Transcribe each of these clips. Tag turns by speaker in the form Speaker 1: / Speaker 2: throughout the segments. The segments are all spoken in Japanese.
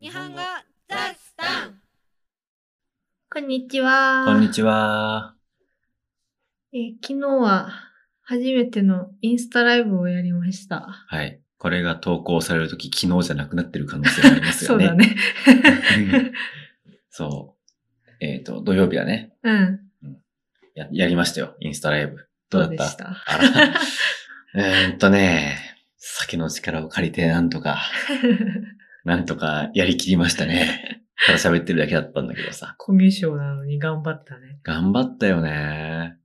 Speaker 1: 日本語ザスタン
Speaker 2: こんにちは。
Speaker 3: こんにちは。
Speaker 2: えー昨日は初めてのインスタライブをやりました。
Speaker 3: はい。これが投稿されるとき、昨日じゃなくなってる可能性があります
Speaker 2: そ
Speaker 3: よ
Speaker 2: う
Speaker 3: ね。
Speaker 2: だ。ね。
Speaker 3: そう。えっ、と、土曜日だね
Speaker 2: うん。
Speaker 3: や。やりましたよ。インスタライブ。どうだっ
Speaker 2: で
Speaker 3: た
Speaker 2: した。
Speaker 3: あら。 えーっとね、酒の力を借りてなんとか、なんとかやりきりましたね。ただ喋ってるだけだったんだけどさ。
Speaker 2: コミュ障なのに頑張ったね。
Speaker 3: 頑張ったよね。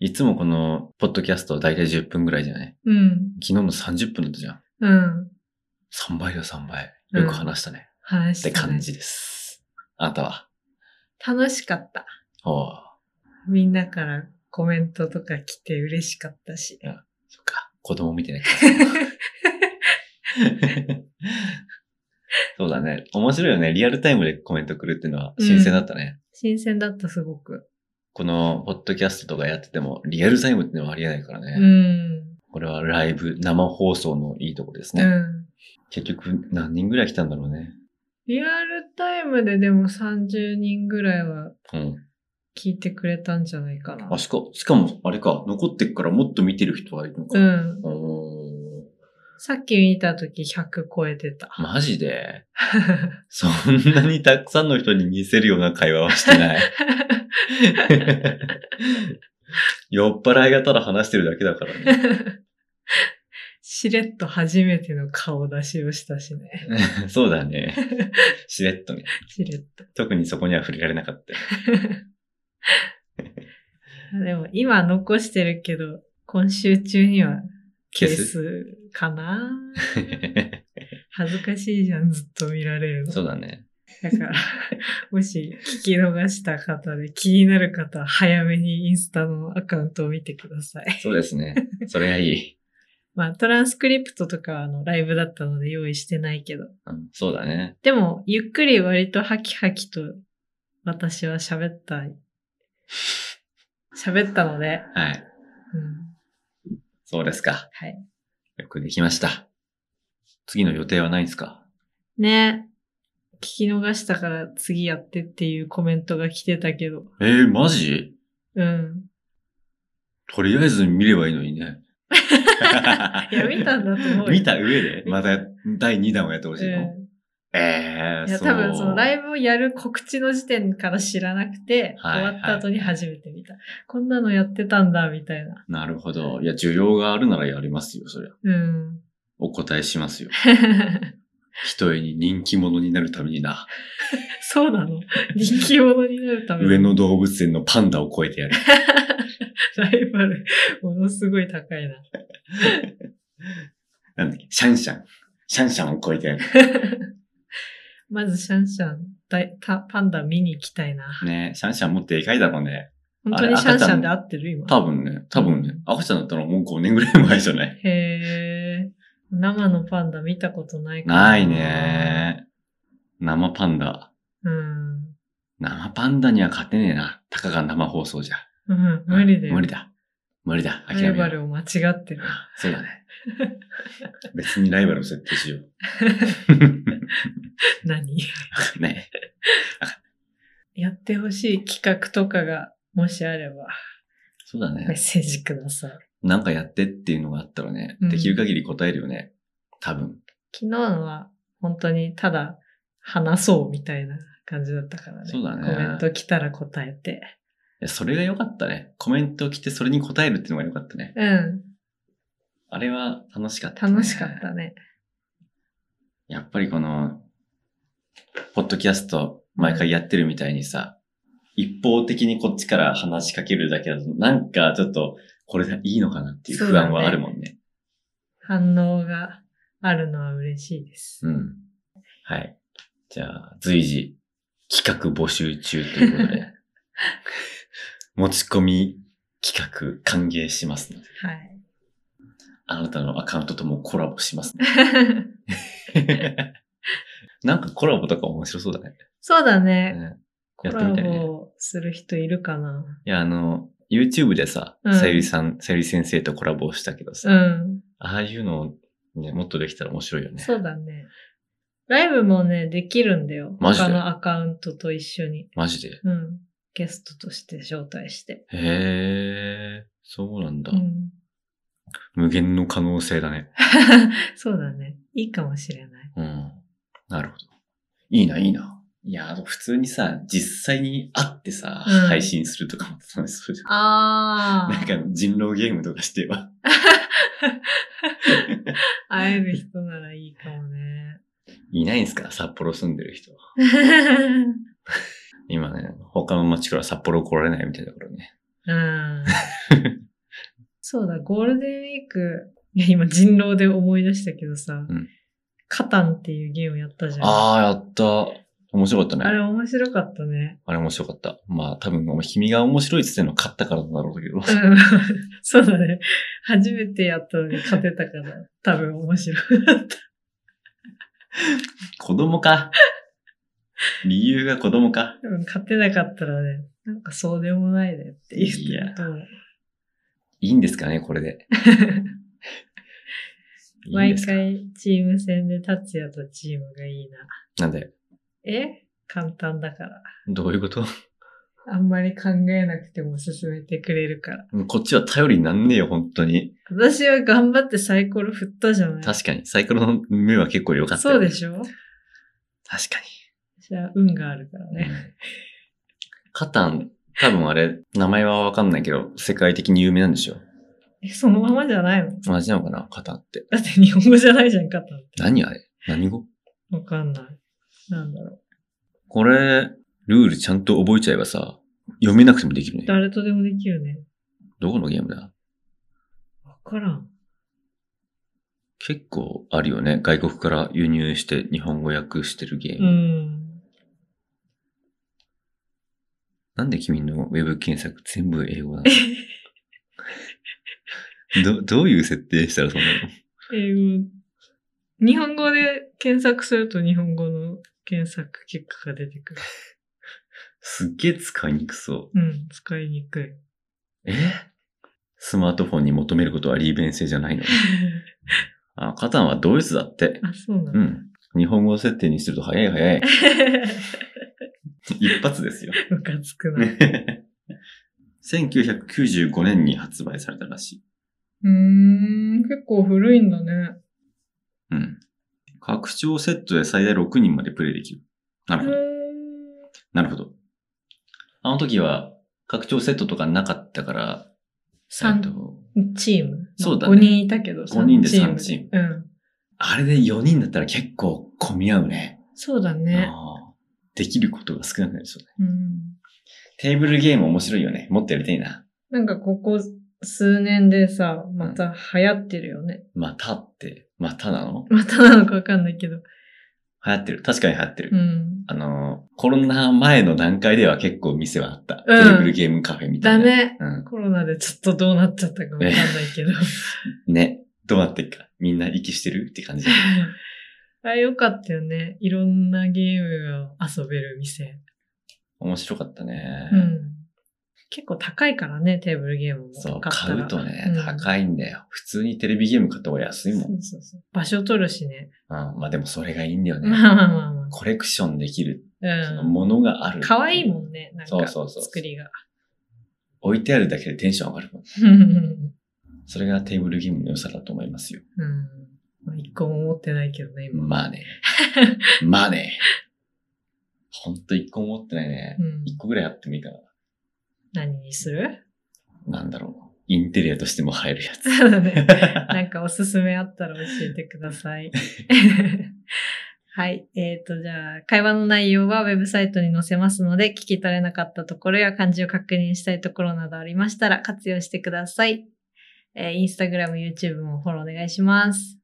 Speaker 3: いつもこの、ポッドキャスト大体10分ぐらいじゃない
Speaker 2: うん。
Speaker 3: 昨日も30分だったじゃん。
Speaker 2: うん。
Speaker 3: 3倍だ3倍。
Speaker 2: うん
Speaker 3: よく話したね。
Speaker 2: 話
Speaker 3: っ
Speaker 2: してた、ね。
Speaker 3: 感じです。あなたは
Speaker 2: 楽しかった。
Speaker 3: おう
Speaker 2: みんなからコメントとか来て嬉しかったし。
Speaker 3: そっか。子供見て ないかそうだね。面白いよね。リアルタイムでコメント来るっていうのは新鮮だったね。
Speaker 2: 新鮮だった、すごく。
Speaker 3: この、ポッドキャストとかやってても、リアルタイムっていうのはありえないからね。
Speaker 2: うん。
Speaker 3: これはライブ、生放送のいいとこですね。
Speaker 2: うん。
Speaker 3: 結局、何人ぐらい来たんだろうね。
Speaker 2: リアルタイムででも30人ぐらいは
Speaker 3: うん。
Speaker 2: 聞いてくれたんじゃないかな
Speaker 3: あ、。しか、しかも、あれか、残ってっからもっと見てる人はいるのか。
Speaker 2: うん。
Speaker 3: おー
Speaker 2: さっき見たとき100超えてた。
Speaker 3: マジで そんなにたくさんの人に見せるような会話はして ない。酔っ払いがただ話してるだけだからね。
Speaker 2: しれっと初めての顔出しをしたしね。
Speaker 3: そうだね。しれっとね。
Speaker 2: しれっと。
Speaker 3: 特にそこには触れられなかったよ。
Speaker 2: でも今残してるけど、今週中には消
Speaker 3: 消す。
Speaker 2: すか な恥ずかしいじゃん、ずっと見られるの。
Speaker 3: そうだね。
Speaker 2: だから、 もし聞き逃した方で気になる方は早めにインスタのアカウントを見てください。
Speaker 3: そうですね。それがいい。
Speaker 2: まあ、トランスクリプトとかはあのライブだったので用意してないけど。
Speaker 3: うんそうだね。
Speaker 2: でも、ゆっくり割とハキハキと私は喋った、喋ったので、
Speaker 3: はい。
Speaker 2: うん、
Speaker 3: そうですか。
Speaker 2: はい。
Speaker 3: よくできました。次の予定はないんですか
Speaker 2: ね聞き逃したから次やってっていうコメントが来てたけど、
Speaker 3: えー、マジ
Speaker 2: うん。
Speaker 3: とりあえず見ればいいのにね。
Speaker 2: いや、見たんだと思うよ。
Speaker 3: 見た上で、また第2弾をやってほしいの。
Speaker 2: う
Speaker 3: ええ
Speaker 2: ん。いや、多分そのラ
Speaker 3: ブ。
Speaker 2: イブをやる告知の時点から知らなくて、
Speaker 3: はい
Speaker 2: 終わった後に初めて見た。こんなのやってたんだ、みたいな。
Speaker 3: なるほど。いや、需要があるならやりますよ、そりゃ。
Speaker 2: うん。
Speaker 3: お答えしますよ。ひとえに人気者になるためにな。
Speaker 2: そう なの人気者になるために
Speaker 3: 上野動物園のパンダを超えてやる。
Speaker 2: ライバル、ものすごい高いな。
Speaker 3: なんだっけ、シャンシャン。シャンシャンを超えてやる。
Speaker 2: まずシャンシャン、だいたパンダ見に行きたいな。
Speaker 3: ねシャンシャンもでかいだろうね。
Speaker 2: 本当にシ
Speaker 3: あ
Speaker 2: ャ
Speaker 3: れ
Speaker 2: ンシ
Speaker 3: 赤
Speaker 2: ャ
Speaker 3: ちゃ
Speaker 2: ン
Speaker 3: ん
Speaker 2: で合ってる今。
Speaker 3: 多分ね、多分ね。赤ちゃんだったらもう5年ぐらい前じゃない
Speaker 2: へー。生のパンダ見たことないから
Speaker 3: ない。ね生パンダ。
Speaker 2: うん。
Speaker 3: 生パンダには勝てねえな。たかが生放送じゃ。
Speaker 2: うん、無理だよ。
Speaker 3: 無理だ。無理だ。
Speaker 2: ラ
Speaker 3: 諦め
Speaker 2: イ
Speaker 3: よう
Speaker 2: バルを間違ってる。
Speaker 3: そうだね。別にライバルを設定しよ
Speaker 2: 何
Speaker 3: う。ね。
Speaker 2: やってほしい企画とかが、もしあれば、
Speaker 3: そうだ
Speaker 2: メッ
Speaker 3: ね。
Speaker 2: セージください。
Speaker 3: なんかやってっていうのがあったらね、
Speaker 2: うん
Speaker 3: できる限り答えるよね。多分。
Speaker 2: 昨日のは、本当にただ、話そうみたいな感じだったからね。
Speaker 3: そうだね
Speaker 2: コメント来たら答えて。
Speaker 3: いやそれが良かったね。コメント来てそれに答えるっていうのが良かったね。
Speaker 2: うん。
Speaker 3: あれは楽しかった、
Speaker 2: 楽しかった。ね。
Speaker 3: やっぱりこの、ポッドキャスト毎回やってるみたいにさ、一方的にこっちから話しかけるだけだと、なんかちょっと、これでいいのかなっていう不安はあるもんね。
Speaker 2: 反応があるのは嬉しいです。
Speaker 3: うん。はい。じゃあ、随時、企画募集中ということで、 持ち込み企画歓迎しますので、
Speaker 2: はい。
Speaker 3: あなたのアカウントともコラボし ますので。なんかコラボとか面白そうだね。
Speaker 2: そうだ
Speaker 3: う
Speaker 2: ね。
Speaker 3: ん
Speaker 2: コ
Speaker 3: やって
Speaker 2: ラ
Speaker 3: みたいね
Speaker 2: ボする人いるかない
Speaker 3: や、あの、YouTube でさ、
Speaker 2: うん
Speaker 3: さゆりさん、さゆり先生とコラボしたけどさ、
Speaker 2: うん。
Speaker 3: ああいうの、ね、もっとできたら面白いよね。
Speaker 2: そうだね。ライブもね、できるんだよ。
Speaker 3: マジで
Speaker 2: 他のアカウントと一緒に。
Speaker 3: マジで。
Speaker 2: うん。ゲストとして招待して。
Speaker 3: へえ、そうなんだ
Speaker 2: う。ん。
Speaker 3: 無限の可能性だね。
Speaker 2: そうだね。いいかもしれない。
Speaker 3: うん。なるほど。いいな、いいな。いや、あの普通にさ、実際に会ってさ、
Speaker 2: うん
Speaker 3: 配信するとかも楽しそうじゃん。
Speaker 2: あ
Speaker 3: なんか
Speaker 2: ー。
Speaker 3: 人狼ゲームとかしては。
Speaker 2: 会える人ならいいかも ね。
Speaker 3: いないんすか札幌住んでる人。今ね、他の町から札幌来られないみたいだからね。
Speaker 2: うん。そうだ、ゴールデンウィーク。いや、今人狼で思い出したけどさ、
Speaker 3: うん
Speaker 2: カタンっていうゲームやったじゃん。
Speaker 3: ああ、やった。面白かったね。
Speaker 2: あ
Speaker 3: あれ
Speaker 2: れ面白かったね。
Speaker 3: 面白かった。まあ多分、君が面白いって言ってんの勝ったからなんだろうけど。
Speaker 2: うん そうだね。初めてやったのに勝てたから、多分面 白かった。
Speaker 3: 子供か。理由が子供か。
Speaker 2: 多分勝てなかったらね、なんかそうでもないねって言ってると思う。
Speaker 3: いいんですかね、これで。い いん
Speaker 2: 毎
Speaker 3: ですか
Speaker 2: 回チーム戦で達也とチームがいいな。
Speaker 3: なんで、
Speaker 2: え簡単だから。
Speaker 3: どういうこと
Speaker 2: あんまり考えなくても進めてくれるから。
Speaker 3: こっちは頼りになんねえよ、本当に。
Speaker 2: 私は頑張ってサイコロ振ったじゃない
Speaker 3: 確かに。サイコロの目は結構良かった、
Speaker 2: そうで
Speaker 3: ょ。
Speaker 2: しょ
Speaker 3: 確か
Speaker 2: じゃあ運があるから
Speaker 3: に。う
Speaker 2: ね。
Speaker 3: んカタン、多分あれ、名前はわかんないけど、世界的に有名なんでしょ。
Speaker 2: え、そのままじゃないの
Speaker 3: 同じなのかな、カタンって。
Speaker 2: だって日本語じゃないじゃん、肩って。
Speaker 3: 何あれ何語
Speaker 2: わかんない。なんだろ
Speaker 3: これ、ルールちゃんと覚えちゃえばさ、読めなくてもできる
Speaker 2: う。
Speaker 3: ね。
Speaker 2: 誰とでもできるね。
Speaker 3: どこのゲームだ
Speaker 2: わからん。
Speaker 3: 結構あるよね。外国から輸入して日本語訳してるゲー
Speaker 2: う
Speaker 3: ム。
Speaker 2: ん。
Speaker 3: なんで君のウェブ検索全部英語 なのど、どういう設定したらそうなの
Speaker 2: 英語。日本語で検索すると日本語の検索結果が出てくる。
Speaker 3: すっげえ使いにくそう。
Speaker 2: うん、使いにく い。
Speaker 3: えスマートフォンに求めることは利便性じゃないのあ、カタンはドイツだって。
Speaker 2: あ、そうな
Speaker 3: う
Speaker 2: の、
Speaker 3: ん。日本語設定にすると早い早い。一発です よ。
Speaker 2: ムカつくな。う
Speaker 3: 1995年に発売されたらしい。
Speaker 2: ーん、結構古いんだね。
Speaker 3: うん。拡張セットで最大6人までプレイできる。なる
Speaker 2: う
Speaker 3: ほど。
Speaker 2: ん。
Speaker 3: なるほど。あの時は、拡張セットとかなかったから、えっ
Speaker 2: 3
Speaker 3: と
Speaker 2: チーム。
Speaker 3: そうだね
Speaker 2: 5人いたけど、
Speaker 3: 五人で
Speaker 2: 三
Speaker 3: 三チーム
Speaker 2: うん。
Speaker 3: あれで4人だったら結構混み合うね。
Speaker 2: そうだね。
Speaker 3: あーできることが少なくなりそうだね。
Speaker 2: うん。
Speaker 3: テーブルゲーム面白いよね。もっとやりたいな。
Speaker 2: なんかここ数年でさ、また流行ってるよね。
Speaker 3: またって、またなの
Speaker 2: またなのかわかんないけど。
Speaker 3: 流行ってる。確かに流行ってる。
Speaker 2: うん。
Speaker 3: あのー、コロナ前の段階では結構店はあった。
Speaker 2: うん
Speaker 3: テーブルゲームカフェみたい
Speaker 2: だ
Speaker 3: な。。
Speaker 2: ね。
Speaker 3: うん。
Speaker 2: コロナでちょっとどうなっちゃったかわかんないけど。
Speaker 3: ね。どうなってっか。みんな息してるって感じ。
Speaker 2: あれよかったよね。いろんなゲームを遊べる店。
Speaker 3: 面白かったね。
Speaker 2: うん。結構高いからね、テーブルゲームも。
Speaker 3: そう、
Speaker 2: 買った
Speaker 3: 買
Speaker 2: ら
Speaker 3: うとね、
Speaker 2: うん
Speaker 3: 高いんだよ。普通にテレビゲーム買った方が安いもん。
Speaker 2: そううそうそう。場所取るしね。
Speaker 3: ん、まあでもそれがいいんだよね。
Speaker 2: まあまあまあま
Speaker 3: コレクションできる、そ
Speaker 2: あ。
Speaker 3: の
Speaker 2: うん。
Speaker 3: ものがある。
Speaker 2: 可愛いもんね。なん
Speaker 3: そう
Speaker 2: か、
Speaker 3: そうそう
Speaker 2: 作りが。
Speaker 3: 置いてあるだけでテンション上がるもん。
Speaker 2: うん。
Speaker 3: それがテーブルゲームの良さだと思いますよ。
Speaker 2: まあ一個も持ってないけどね、今。
Speaker 3: まあ ね。まあね。ほんと一個も持ってないね
Speaker 2: う。ん。
Speaker 3: 一個ぐらいあってもいいか
Speaker 2: 何にする
Speaker 3: な。なんだろう。インテリアとしても入るやつ。
Speaker 2: そうだね。なんかおすすめあったら教えてください。 はい。えっ、と、じゃあ、会話の内容はウェブサイトに載せますので、聞き取れなかったところや漢字を確認したいところなどありましたら活用してください。えー、インスタグラム、YouTube もフォローお願いします。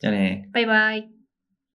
Speaker 3: じゃあね。
Speaker 2: バイバイ。